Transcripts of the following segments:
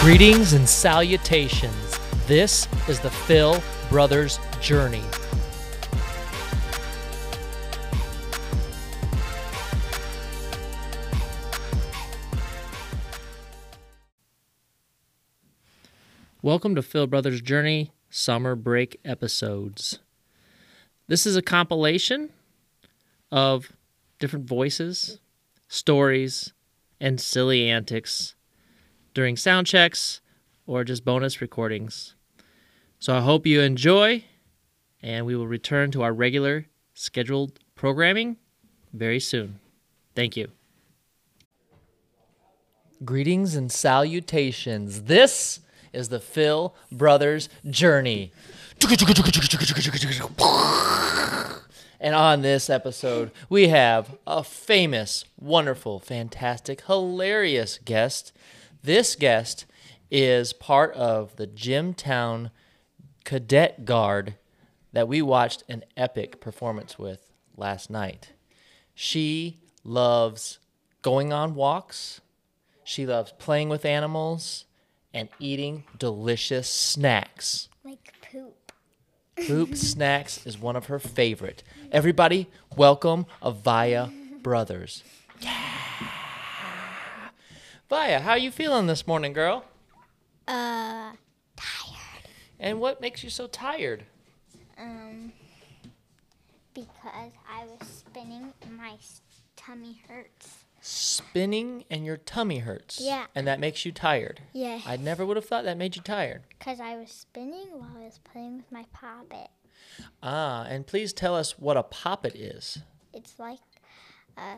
Greetings and salutations. This is the Phil Brothers Journey. Welcome to Phil Brothers Journey Summer Break Episodes. This is a compilation of different voices, stories, and silly antics during sound checks or just bonus recordings. So I hope you enjoy, and we will return to our regular scheduled programming very soon. Thank you. Greetings and salutations. This is the Phil Brothers Journey. And on this episode, we have a famous, wonderful, fantastic, hilarious guest. This guest is part of the Jimtown Cadet Guard that we watched an epic performance with last night. She loves going on walks, she loves playing with animals, and eating delicious snacks. Like poop. Poop Snacks is one of her favorite. Everybody, welcome Avaya Brothers. Yeah. Avaya, how you feeling this morning, girl? Uh, And what makes you so tired? um, because I was spinning, my s- tummy hurts. Spinning and your tummy hurts. Yeah. And that makes you tired. Yeah, I never would have thought that made you tired. because I was spinning while I was playing with my poppet. Ah, and please tell us what a poppet is. It's like, uh,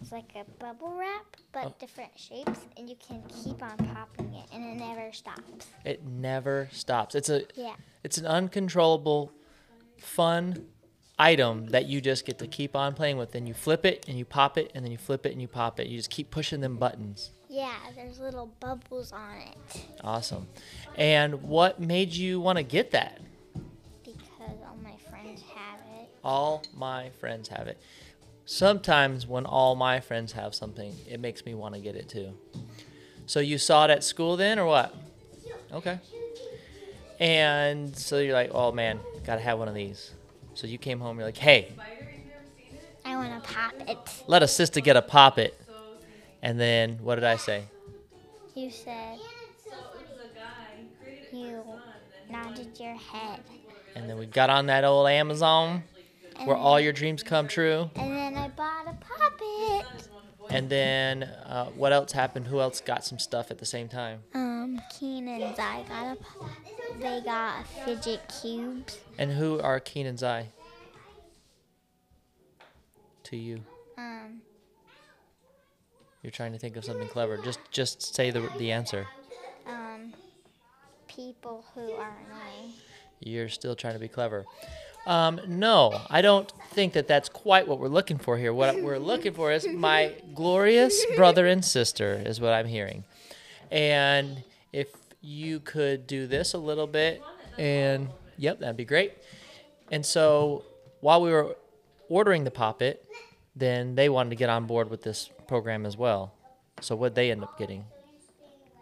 it's like a bubble wrap, but different shapes, and you can keep on popping it, and it never stops. It never stops. It's a Yeah, It's an uncontrollable, fun item that you just get to keep on playing with. Then you flip it and you pop it, and then you flip it and you pop it. You just keep pushing them buttons. yeah. There's little bubbles on it Awesome. And what made you want to get that? because all my friends have it. All my friends have it. Sometimes when all my friends have something, it makes me want to get it too. So you saw it at school then, or what? Okay. And so you're like, oh man, gotta have one of these. So you came home, you're like, hey, I want to pop it. let a sister get a pop it. And then what did I say? You said you nodded your head. And then we got on that old Amazon where all your dreams come true. And then I bought a puppet. And then uh, what else happened? Who else got some stuff at the same time? Um, Keenan's I got a. pu- They got fidget cubes. And who are Keenan's eye? To you. Um, You're trying to think of something clever. Just just say the the answer. um, people who are annoying. You're still trying to be clever. Um, no, I don't think that that's quite what we're looking for here. What we're looking for is my glorious brother and sister, is what I'm hearing. And if you could do this a little bit, and yep, that'd be great. And so while we were ordering the poppet, then they wanted to get on board with this program as well. So what'd they end up getting?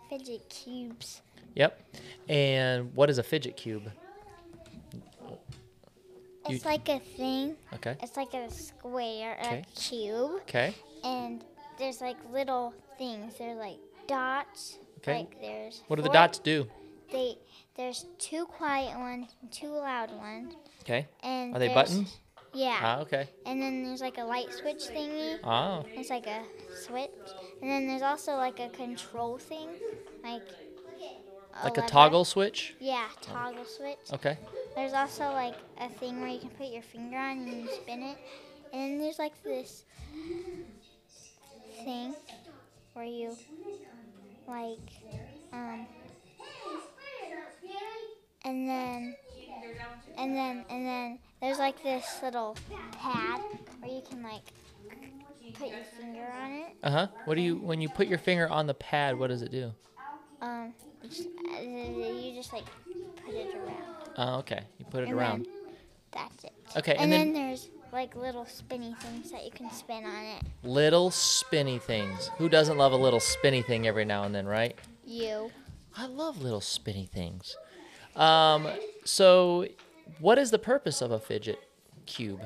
Fidget cubes. Yep. And what is a fidget cube? You- It's like a thing. Okay. It's like a square, Okay. a cube, Okay. and there's like little things. They're like dots. Okay. Like there's. What do the four- dots do? They there's two quiet ones, and two loud ones, Okay. and Are they there's- buttons? Yeah. Ah, okay. And then there's like a light switch thingy. Ah, It's like a switch. And then there's also like a control thing, like like a lever. toggle Oh. switch? Yeah, toggle switch. Okay. There's also like a thing where you can put your finger on and you spin it. And then there's like this thing where you like um and then and then and then there's like this little pad where you can like put your finger on it. Uh huh. What do you, when you put your finger on the pad, what does it do? Um, just, uh, you just like put it around. Oh, okay. You put it And around. then that's it. Okay. And, And, then, then, there's like little spinny things that you can spin on it. little spinny things. Who doesn't love a little spinny thing every now and then, right? You. I love little spinny things. Um, so, what is the purpose of a fidget cube?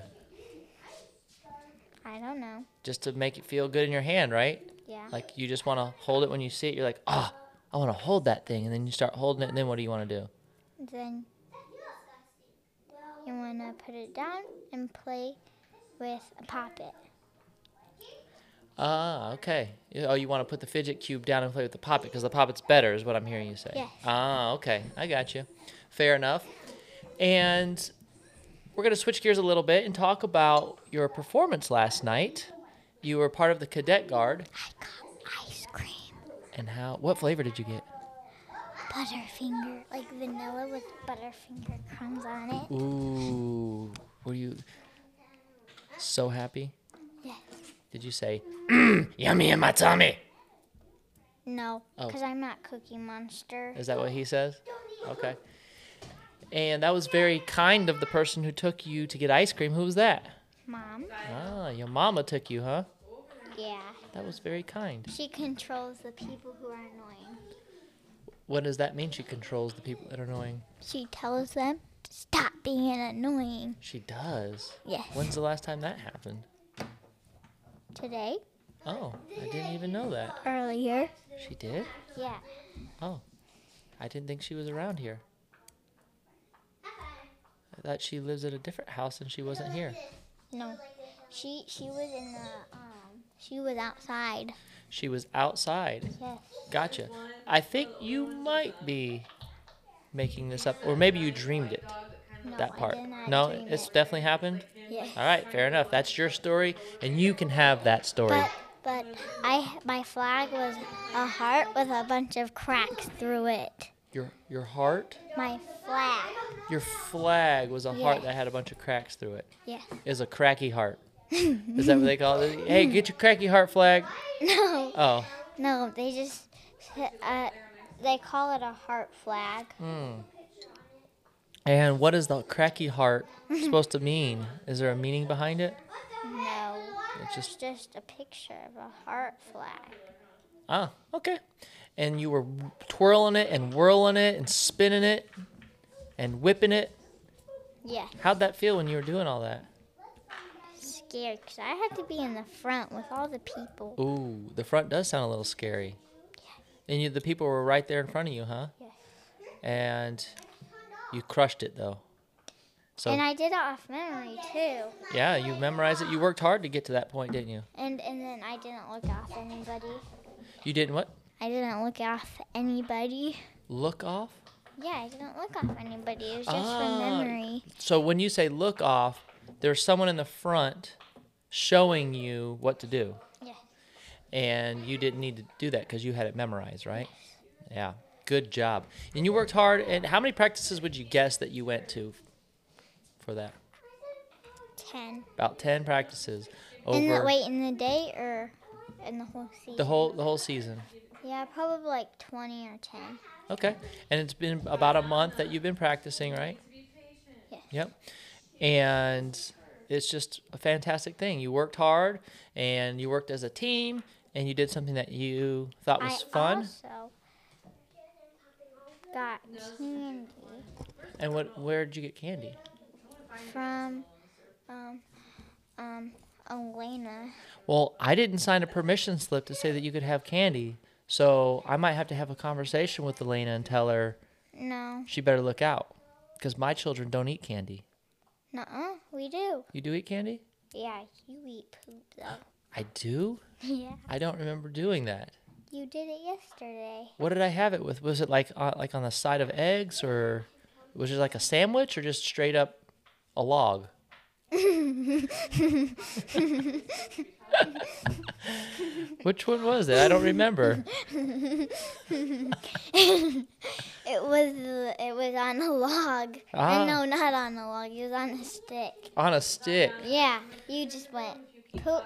I don't know. Just to make it feel good in your hand, right? Yeah. Like you just want to hold it when you see it. You're like, ah, I want to hold that thing, and then you start holding it. And then what do you want to do? then you want to put it down and play with a poppet. Ah, okay. You- Oh, you want to put the fidget cube down and play with the poppet because the poppet's better, is what I'm hearing you say. Yes. Ah, okay. I got you. Fair enough. And we're going to switch gears a little bit and talk about your performance last night. You were part of the cadet guard, I got ice cream. and how? What flavor did you get? Butterfinger. Like vanilla with butterfinger crumbs on it. Ooh, were you so happy? Yes. Did you say, mm, "Yummy in my tummy"? No, Oh. Uh, because I'm not Cookie Monster. Is that what he says? Okay. And that was very kind of the person who took you to get ice cream. Who was that? Mom? Ah, your mama took you, huh? Yeah. That was very kind. She controls the people who are annoying. What does that mean? She controls the people that are annoying. She tells them to stop being annoying. She does. Yes. When's the last time that happened? Today? Oh, I didn't even know that. Earlier? She did? Yeah. Oh, I didn't think she was around here. I thought she lives at a different house and she wasn't here. No. She she was in the um she was outside. She was outside. Yes. Gotcha. I think you might be making this up, or maybe you dreamed it. No, That I part. did not No, dream it's it. definitely happened. Yes. All right, fair enough. That's your story, and you can have that story. But but I my flag was a heart with a bunch of cracks through it. Your your heart, My flag. your flag was a heart Yes. that had a bunch of cracks through it. Yes. It was a cracky heart. Is that what they call it? Hey, get your cracky heart flag. No. Oh, No, they just uh, they call it a heart flag. Mm. and what is the cracky heart supposed to mean? Is there a meaning behind it? No. It's just It's just a picture of a heart flag. Ah, okay. And you were twirling it and whirling it and spinning it and whipping it. Yeah, How'd that feel when you were doing all that? scared because I had to be in the front with all the people. Ooh, the front does sound a little scary. And you, the people were right there in front of you, huh? Yes. And you crushed it though. So And I did it off memory too. yeah, you memorized it. You worked hard to get to that point, didn't you? And and then I didn't look off anybody. You didn't what? I didn't look off anybody. Look off. Yeah, I didn't look off anybody. It was just from Ah. memory. So when you say look off, there's someone in the front showing you what to do. Yeah. and you didn't need to do that because you had it memorized, right? Yeah, good job. And you worked hard. And how many practices would you guess that you went to for that? Ten. About ten practices over In the wait, in the day or in the whole season? the whole the whole season. yeah, probably like twenty or ten. Okay, and it's been about a month that you've been practicing, right? Yes. Yep. And it's just a fantastic thing. You worked hard, and you worked as a team, and you did something that you thought was I fun. also got candy And what? Where did you get candy? from um, um, Elena. Well, I didn't sign a permission slip to say that you could have candy. So I might have to have a conversation with Elena and tell her No, she better look out because my children don't eat candy. nuh-uh, we do. You do eat candy? Yeah, you eat poop though. I do? yeah, I don't remember doing that. you did it yesterday. What did I have it with? Was it like uh, like on the side of eggs or was it like a sandwich or just straight up a log? Which one was it? I don't remember. It was it was on a log. Ah. Uh, no, not on a log. It was on a stick. On a stick. Yeah, you just went poop.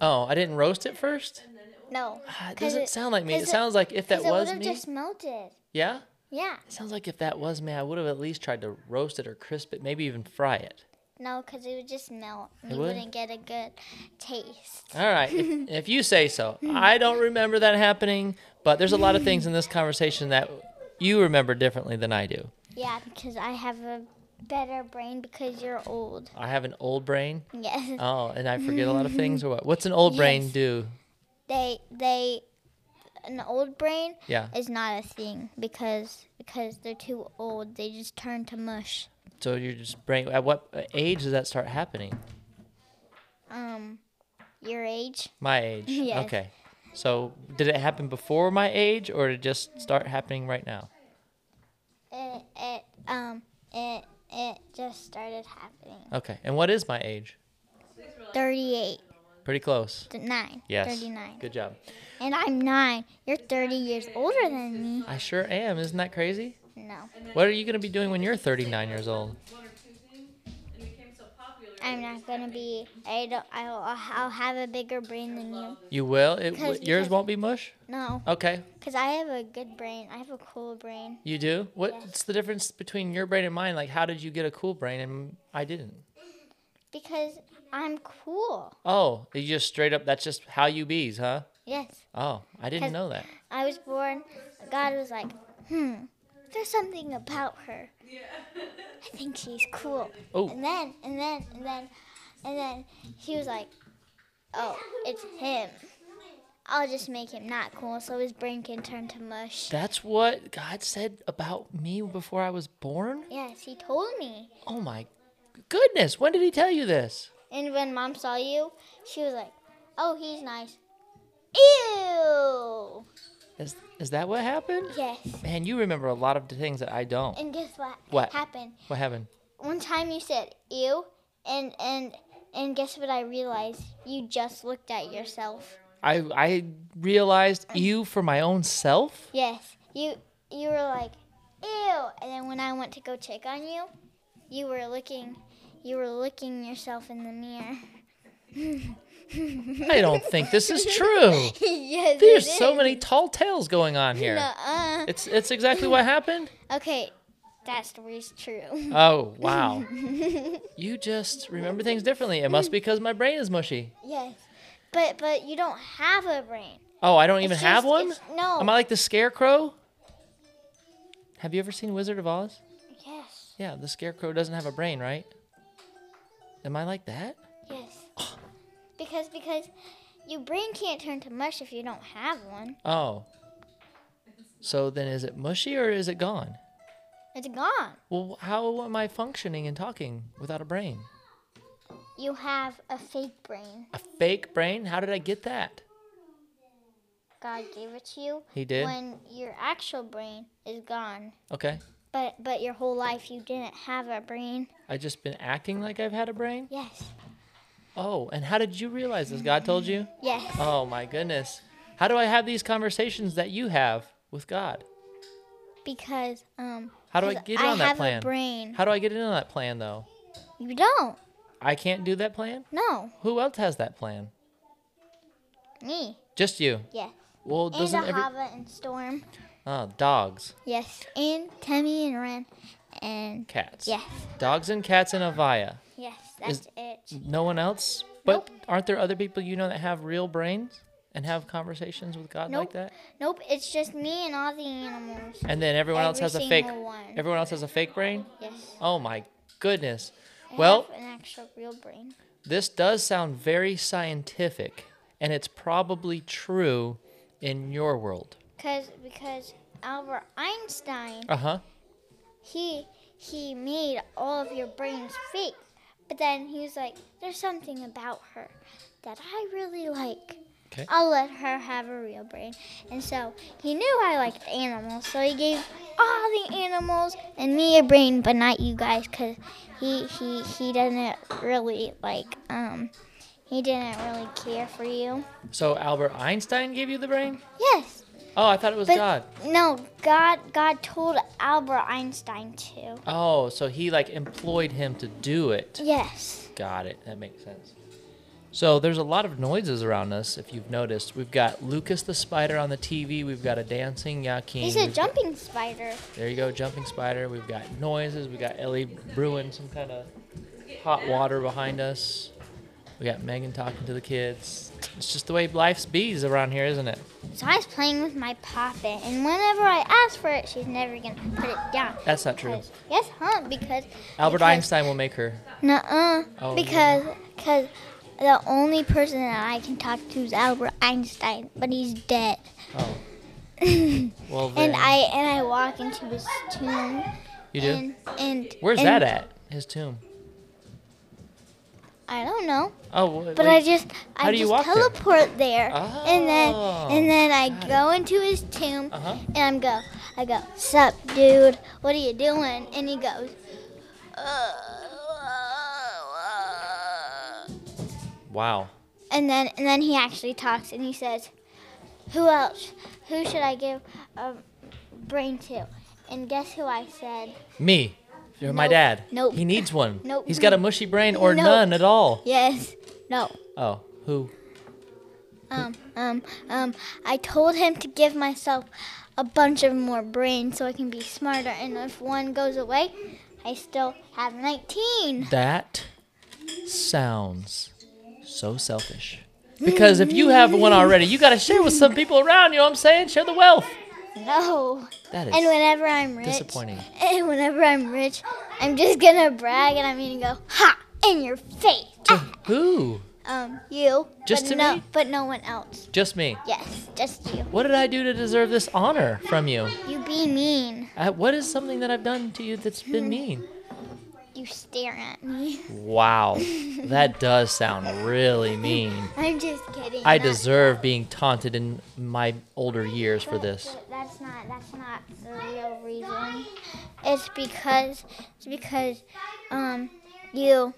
Oh, I didn't roast it first? No, Ah, It 'Cause doesn't it- sound like me. 'cause It it- sounds like if that because it would was have me. just melted. Yeah? Yeah. It sounds like if that was me, I would have at least tried to roast it or crisp it, maybe even fry it. No, because it would just melt. And It you would? wouldn't get a good taste. All right. If, if you say so. I don't remember that happening, but there's a lot of things in this conversation that you remember differently than I do. Yeah, because I have a better brain because you're old. I have an old brain. Yes. Oh, and I forget a lot of things or what? What's an old brain Yes. do? They they an old brain Yeah. is not a thing because because they're too old. They just turn to mush. So you're just brain at what age does that start happening? Um your age? My age. Yes. Okay. So did it happen before my age or did it just start happening right now? It it um it it just started happening. Okay. And what is my age? 38 Pretty close. to 9. Yes. 39. Good job. And I'm 9. You're 30 years older than me. I sure am. Isn't that crazy? No. What are you going to be doing when you're 39 years old? I'm not going to be I don't I'll, I'll have a bigger brain than you. You will. It, Because- w- yours because- won't be mush. No, Okay. cuz I have a good brain. I have a cool brain. You do. What's the difference between your brain and mine? Like, how did you get a cool brain and I didn't? Because I'm cool. Oh, you just straight up. That's just how you bees, huh? Yes. Oh, I didn't Has- know that. I was born. God was like, hmm, there's something about her. I think she's cool. Oh. And then, and then, and then, and then he was like, oh, it's him. I'll just make him not cool so his brain can turn to mush. That's what God said about me before I was born. Yes, he told me. Oh my goodness! When did He tell you this? And when mom saw you, she was like, oh, he's nice. Ew! Is is that what happened? Yes. Man, you remember a lot of the things that I don't. And guess what? What? happened? What happened? one time you said ew and and and guess what i realized you just looked at yourself I I realized you for my own self. yes you you were like ew and then when i went to go check on you you were looking you were looking yourself in the mirror I don't think this is true. yes There's it so is. many tall tales going on here. Nuh-uh. It's it's exactly what happened. okay that story's true Oh wow! you just remember things differently. It must be because my brain is mushy. yes but but you don't have a brain Oh, I don't even It's have just- one. it's- no Am I like the scarecrow? Have you ever seen Wizard of Oz? yes Yeah, the scarecrow doesn't have a brain, right? Am I like that? yes because because your brain can't turn to mush if you don't have one Oh. So then, is it mushy or is it gone? it's gone Well, how am I functioning and talking without a brain? You have a fake brain. A fake brain? How did I get that? God gave it to you. He did? When your actual brain is gone. Okay. But but your whole life you didn't have a brain. I just been acting like I've had a brain? Yes. Oh, and how did you realize this? God told you? Yes. Oh my goodness. How do I have these conversations that you have with God? Because um How do I 'cause get on that have plan? a brain. How do I get into that plan though? You don't. I can't do that plan? No. Who else has that plan? Me. Just you. Yes. Well, And doesn't every Ahava and Storm. Oh, dogs, Yes. And Temmie and Ren. And cats. yes. Dogs and cats and Avaya. Yes, that's it. No one else? But aren't there other people you know that have real brains and have conversations with God like Nope. that? Nope, it's just me and all the animals. And then everyone else Every has a fake single one. everyone else has a fake brain? Yes. Oh my goodness. I Well, have an actual real brain. this does sound very scientific, and it's probably true in your world. Cause because Albert Einstein Uh huh. he he made all of your brains fake. But then he was like, There's something about her that I really like. 'Kay. I'll let her have a real brain. And so he knew I liked animals, so he gave all the animals and me a brain, but not you guys, because he, he he didn't really like um he didn't really care for you. So Albert Einstein gave you the brain? Yes. Oh, I thought it was But God. no, God God told Albert Einstein to. Oh, so he like employed him to do it. Yes. Got it. That makes sense. So there's a lot of noises around us. If you've noticed, we've got Lucas the spider on the TV. We've got a dancing Yakin. He's a jumping spider. There you go, jumping spider. We've got noises. We got Ellie brewing some kind of hot water behind us. We got Megan talking to the kids. It's just the way life's bees around here, isn't it? So I was playing with my poppet, and whenever I ask for it, she's never gonna put it down. That's not true. Because- Yes, huh? Because Albert because, Einstein will make her. Nuh-uh. Oh, because because the only person that I can talk to is Albert Einstein, but he's dead. Oh, well then. And I and I walk into his tomb. you do. And, and Where's and that at? His tomb. I don't know. Oh, wha- But wait. I just How I do you just walk there? teleport there, and then Oh, and then I go into his tomb, Uh-huh. and I'm go I go sup dude, what are you doing? And he goes. "Uh, uh, uh." wow. And then and then he actually talks and he says, "Who else? Who should I give a brain to?" And guess who I said? Me. You're my Nope. dad. Nope. He needs one. Nope. He's got a mushy brain or Nope. none at all. Yes. No. Oh, who? Um, um, um, I told him to give myself a bunch of more brains so I can be smarter. And if one goes away, I still have 19. That sounds so selfish. Because if you have one already, you got to share with some people around. You know what I'm saying? Share the wealth. No. That is And whenever I'm rich, disappointing. and whenever I'm rich, I'm just gonna brag and I'm gonna go, ha, in your face. Ah, Who? Um, you. Just but to no, me? But no one else. Just me. Yes, just you. What did I do to deserve this honor from you? You be mean. I, what is something that I've done to you that's been mean? You stare at me. Wow. That does sound really mean. I'm just kidding. I That- deserve being taunted in my older years for But- this. but That's not that's not the real reason. It's because it's because um you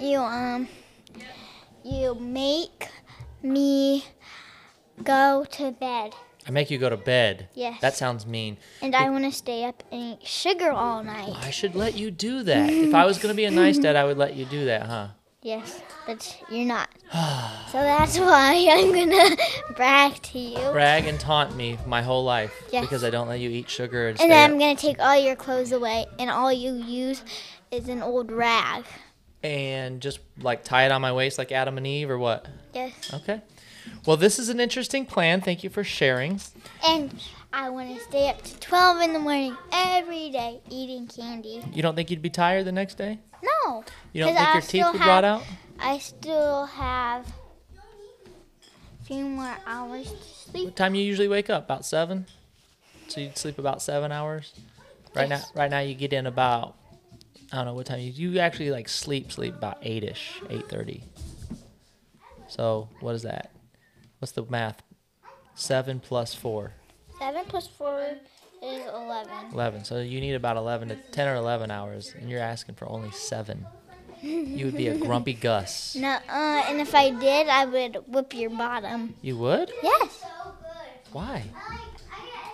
you um you make me go to bed I make you go to bed. Yes. That sounds mean. and I want to stay up and eat sugar all night. I should let you do that. If I was going to be a nice dad, I would let you do that, huh? Yes, but you're not. so that's why I'm gonna brag to you. Brag and taunt me my whole life Yes. because I don't let you eat sugar and, And stay then I'm up. gonna take all your clothes away, and all you use is an old rag. and just like tie it on my waist like Adam and Eve or what? Yes. Okay. Well, this is an interesting plan. Thank you for sharing. And I want to stay up to 12 in the morning every day eating candy. You don't think you'd be tired the next day? No. You don't 'cause think I your teeth still would have- rot out? I still have a few more hours to What sleep. time you usually wake up? About seven. So you'd sleep about seven hours. Right Yes. now, right now you get in about I don't know what time you you actually like sleep sleep about eight ish, eight thirty. So what is that? What's the math? Seven plus four. 7 plus 4 is 11. 11. So you need about 11 to 10 or 11 hours, and you're asking for only seven. You would be a grumpy Gus. No, uh, and if I did, I would whip your bottom. You would? Yes, Why?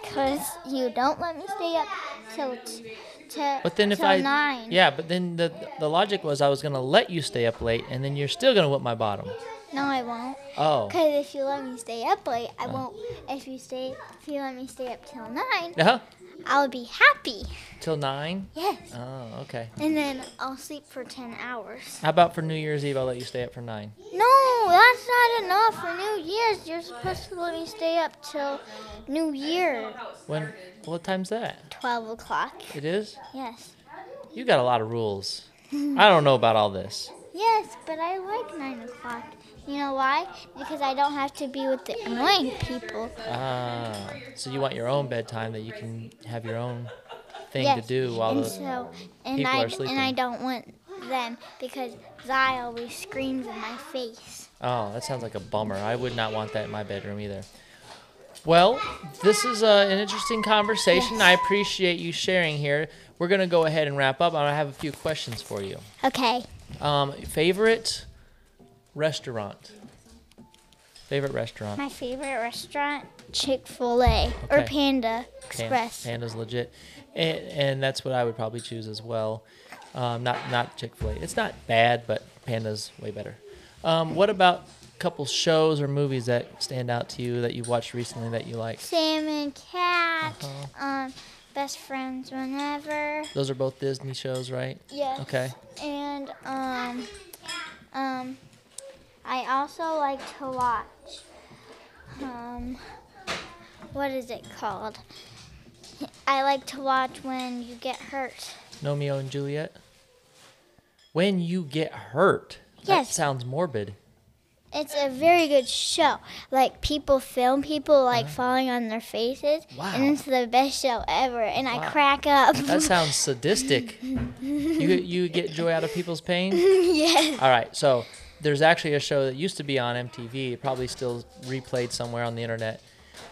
because you don't let me stay up till t- till But then if till I nine. yeah, but then the the logic was I was gonna let you stay up late, and then you're still gonna whip my bottom. No, I won't. Oh, Because if you let me stay up late, I won't. If you stay, if you let me stay up till nine, uh-huh. I'll be happy. till nine. Yes. Oh, okay. And then I'll sleep for ten hours. How about for New Year's Eve? I'll let you stay up for nine. No, that's not enough for New Year's. You're supposed to let me stay up till New Year, When? What time's that? twelve o'clock. It is. Yes. You got a lot of rules. I don't know about all this. Yes, but I like nine o'clock. You know why? Because I don't have to be with the annoying people. Ah, so you want your own bedtime that you can have your own thing Yes. to do while and the. so, and people I, are And I sleeping. don't want them because Zai always screams in my face. Oh, that sounds like a bummer. I would not want that in my bedroom either. Well, this is uh, an interesting conversation. I appreciate you sharing here. We're gonna go ahead and wrap up. I have a few questions for you. Okay. Um, favorite restaurant. Favorite restaurant. My favorite restaurant, Chick fil A or Okay. Panda Pan- Express. Panda's legit, and, and that's what I would probably choose as well. Um, not not Chick Fil A. It's not bad, but Panda's way better. Um, what about couple shows or movies that stand out to you that you've watched recently that you like? Salmon Cat. Um, but Best Friends Whenever. Those are both Disney shows, right? Yes. Okay. And um, um, I also like to watch. Um, what is it called? I like to watch when you get hurt. Romeo and Juliet. When you get hurt. That Yes. sounds morbid. It's a very good show. Like people film people like falling on their faces, Uh-huh. Wow. and it's the best show ever. And Wow. I crack up. That sounds sadistic. you you get joy out of people's pain. yes. All right, so there's actually a show that used to be on MTV, probably still replayed somewhere on the internet,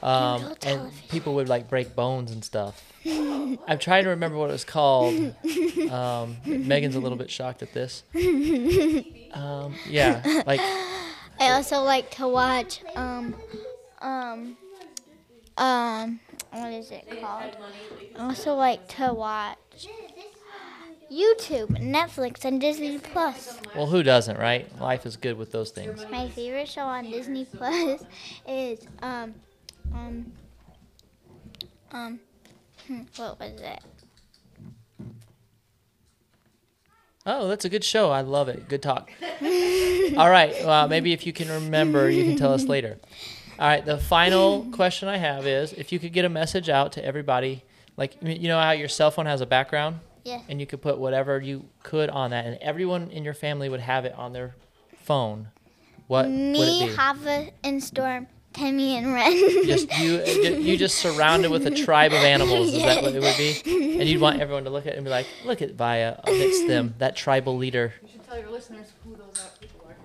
um, Adult and people would like break bones and stuff. I'm trying to remember what it was called. Um, Megan's a little bit shocked at this. Um, yeah, like I also like to watch um um um what is it called? I also like to watch YouTube, Netflix, and Disney Plus. Well, who doesn't, right? Life is good with those things. My favorite show on Disney Plus is um um um hmm, what was it? Oh, that's a good show. I love it. Good talk. All right. Well, maybe if you can remember, you can tell us later. All right. The final question I have is if you could get a message out to everybody, like, you you know how your cell phone has a background? Yes. And you could put whatever you could on that, and everyone in your family would have it on their phone. Uh, What would Me, it be? Hava, and Storm, Timmy, and Ren. Just you, you just surrounded with a tribe of animals. Is that what it would be? And you'd want everyone to look at it and be like, "Look at Vaya, oh, it's them, that tribal leader." You should tell your listeners who those out people are.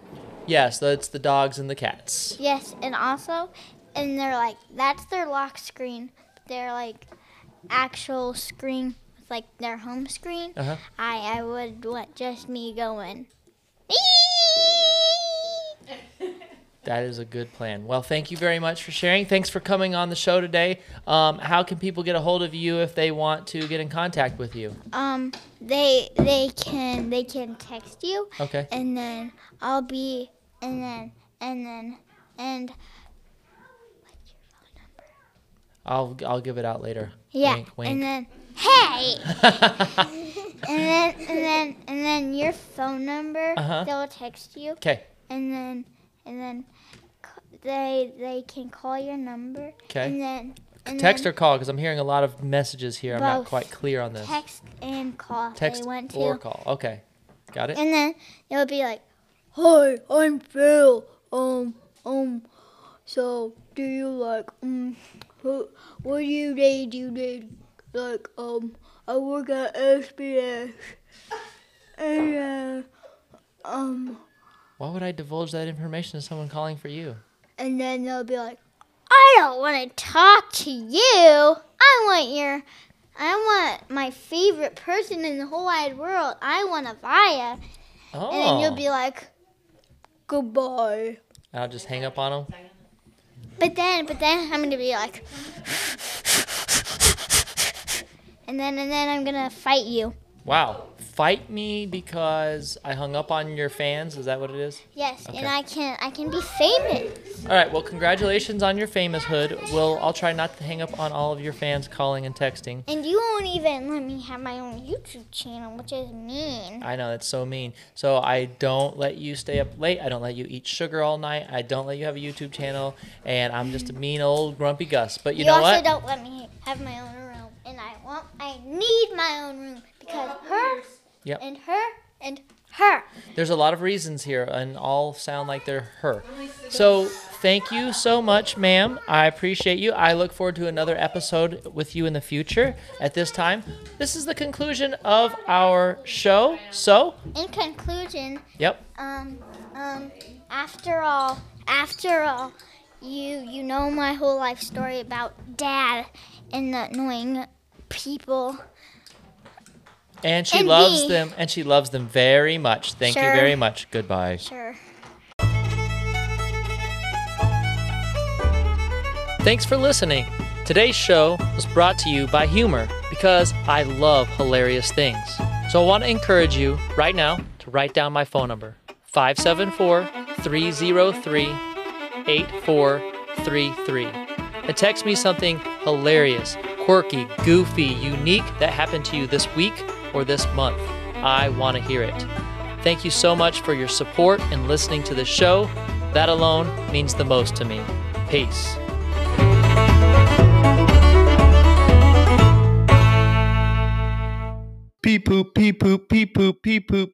Yes, that's the dogs and the cats. Yes, and also, and they're like, that's their lock screen. Their like actual screen with like their home screen. Uh-huh. I I would want just me going. That is a good plan. Well, thank you very much for sharing. Thanks for coming on the show today. Um, how can people get a hold of you if they want to get in contact with you? Um, they they can they can text you, Okay. and then I'll be and then and then and I'll I'll give it out later. yeah, Wink, wink. and then hey, and then and then and then your phone number. Uh-huh. They'll text you. okay. and then and then c- they they can call your number. 'Kay. And then and Text then or call because I'm hearing a lot of messages here. I'm not Both. quite clear on this. text and call. if Text they want to. or call. Okay. Got it. And then they'll be like, "Hi, I'm Phil. Um, um, so do you like um, who, what do you do? Do you need like um, I work at SBS, and uh, um." Why would I divulge that information to someone calling for you? And then they'll be like, I don't want to talk to you. I want your, I want my favorite person in the whole wide world. I want Avaya. Oh. And then you'll be like, goodbye. I'll just hang up on them. But then, but then I'm going to be like, and then, and then I'm going to fight you. Wow. Fight me because I hung up on your fans. Is that what it is? Yes, Okay. and I can, I can be famous. All right. Well, congratulations on your famous hood. We'll, I'll try not to hang up on all of your fans calling and texting. And you won't even let me have my own YouTube channel, which is mean. I know that's so mean. So I don't let you stay up late. I don't let you eat sugar all night. I don't let you have a YouTube channel, and I'm just a mean old grumpy Gus. But you, You know also what? don't let me have my own room, and I want, I need my own room because her Yep. and her and her. There's a lot of reasons here, and all sound like they're her. So thank you so much, ma'am. I appreciate you. I look forward to another episode with you in the future. At this time, this is the conclusion of our show. So, In conclusion, yep. um, um, after all, after all, you you know my whole life story about dad and the annoying people. And she And loves me. them, and she loves them very much. Thank you Sure. very much. Goodbye. Sure. Thanks for listening. Today's show was brought to you by humor because I love hilarious things. So I want to encourage you right now to write down my phone number 574 303 8433 and text me something hilarious quirky, goofy, unique that happened to you this week or this month. I want to hear it. Thank you so much for your support and listening to the show. That alone means the most to me. Peace. Pee poop, pee poop, pee poop, pee poop.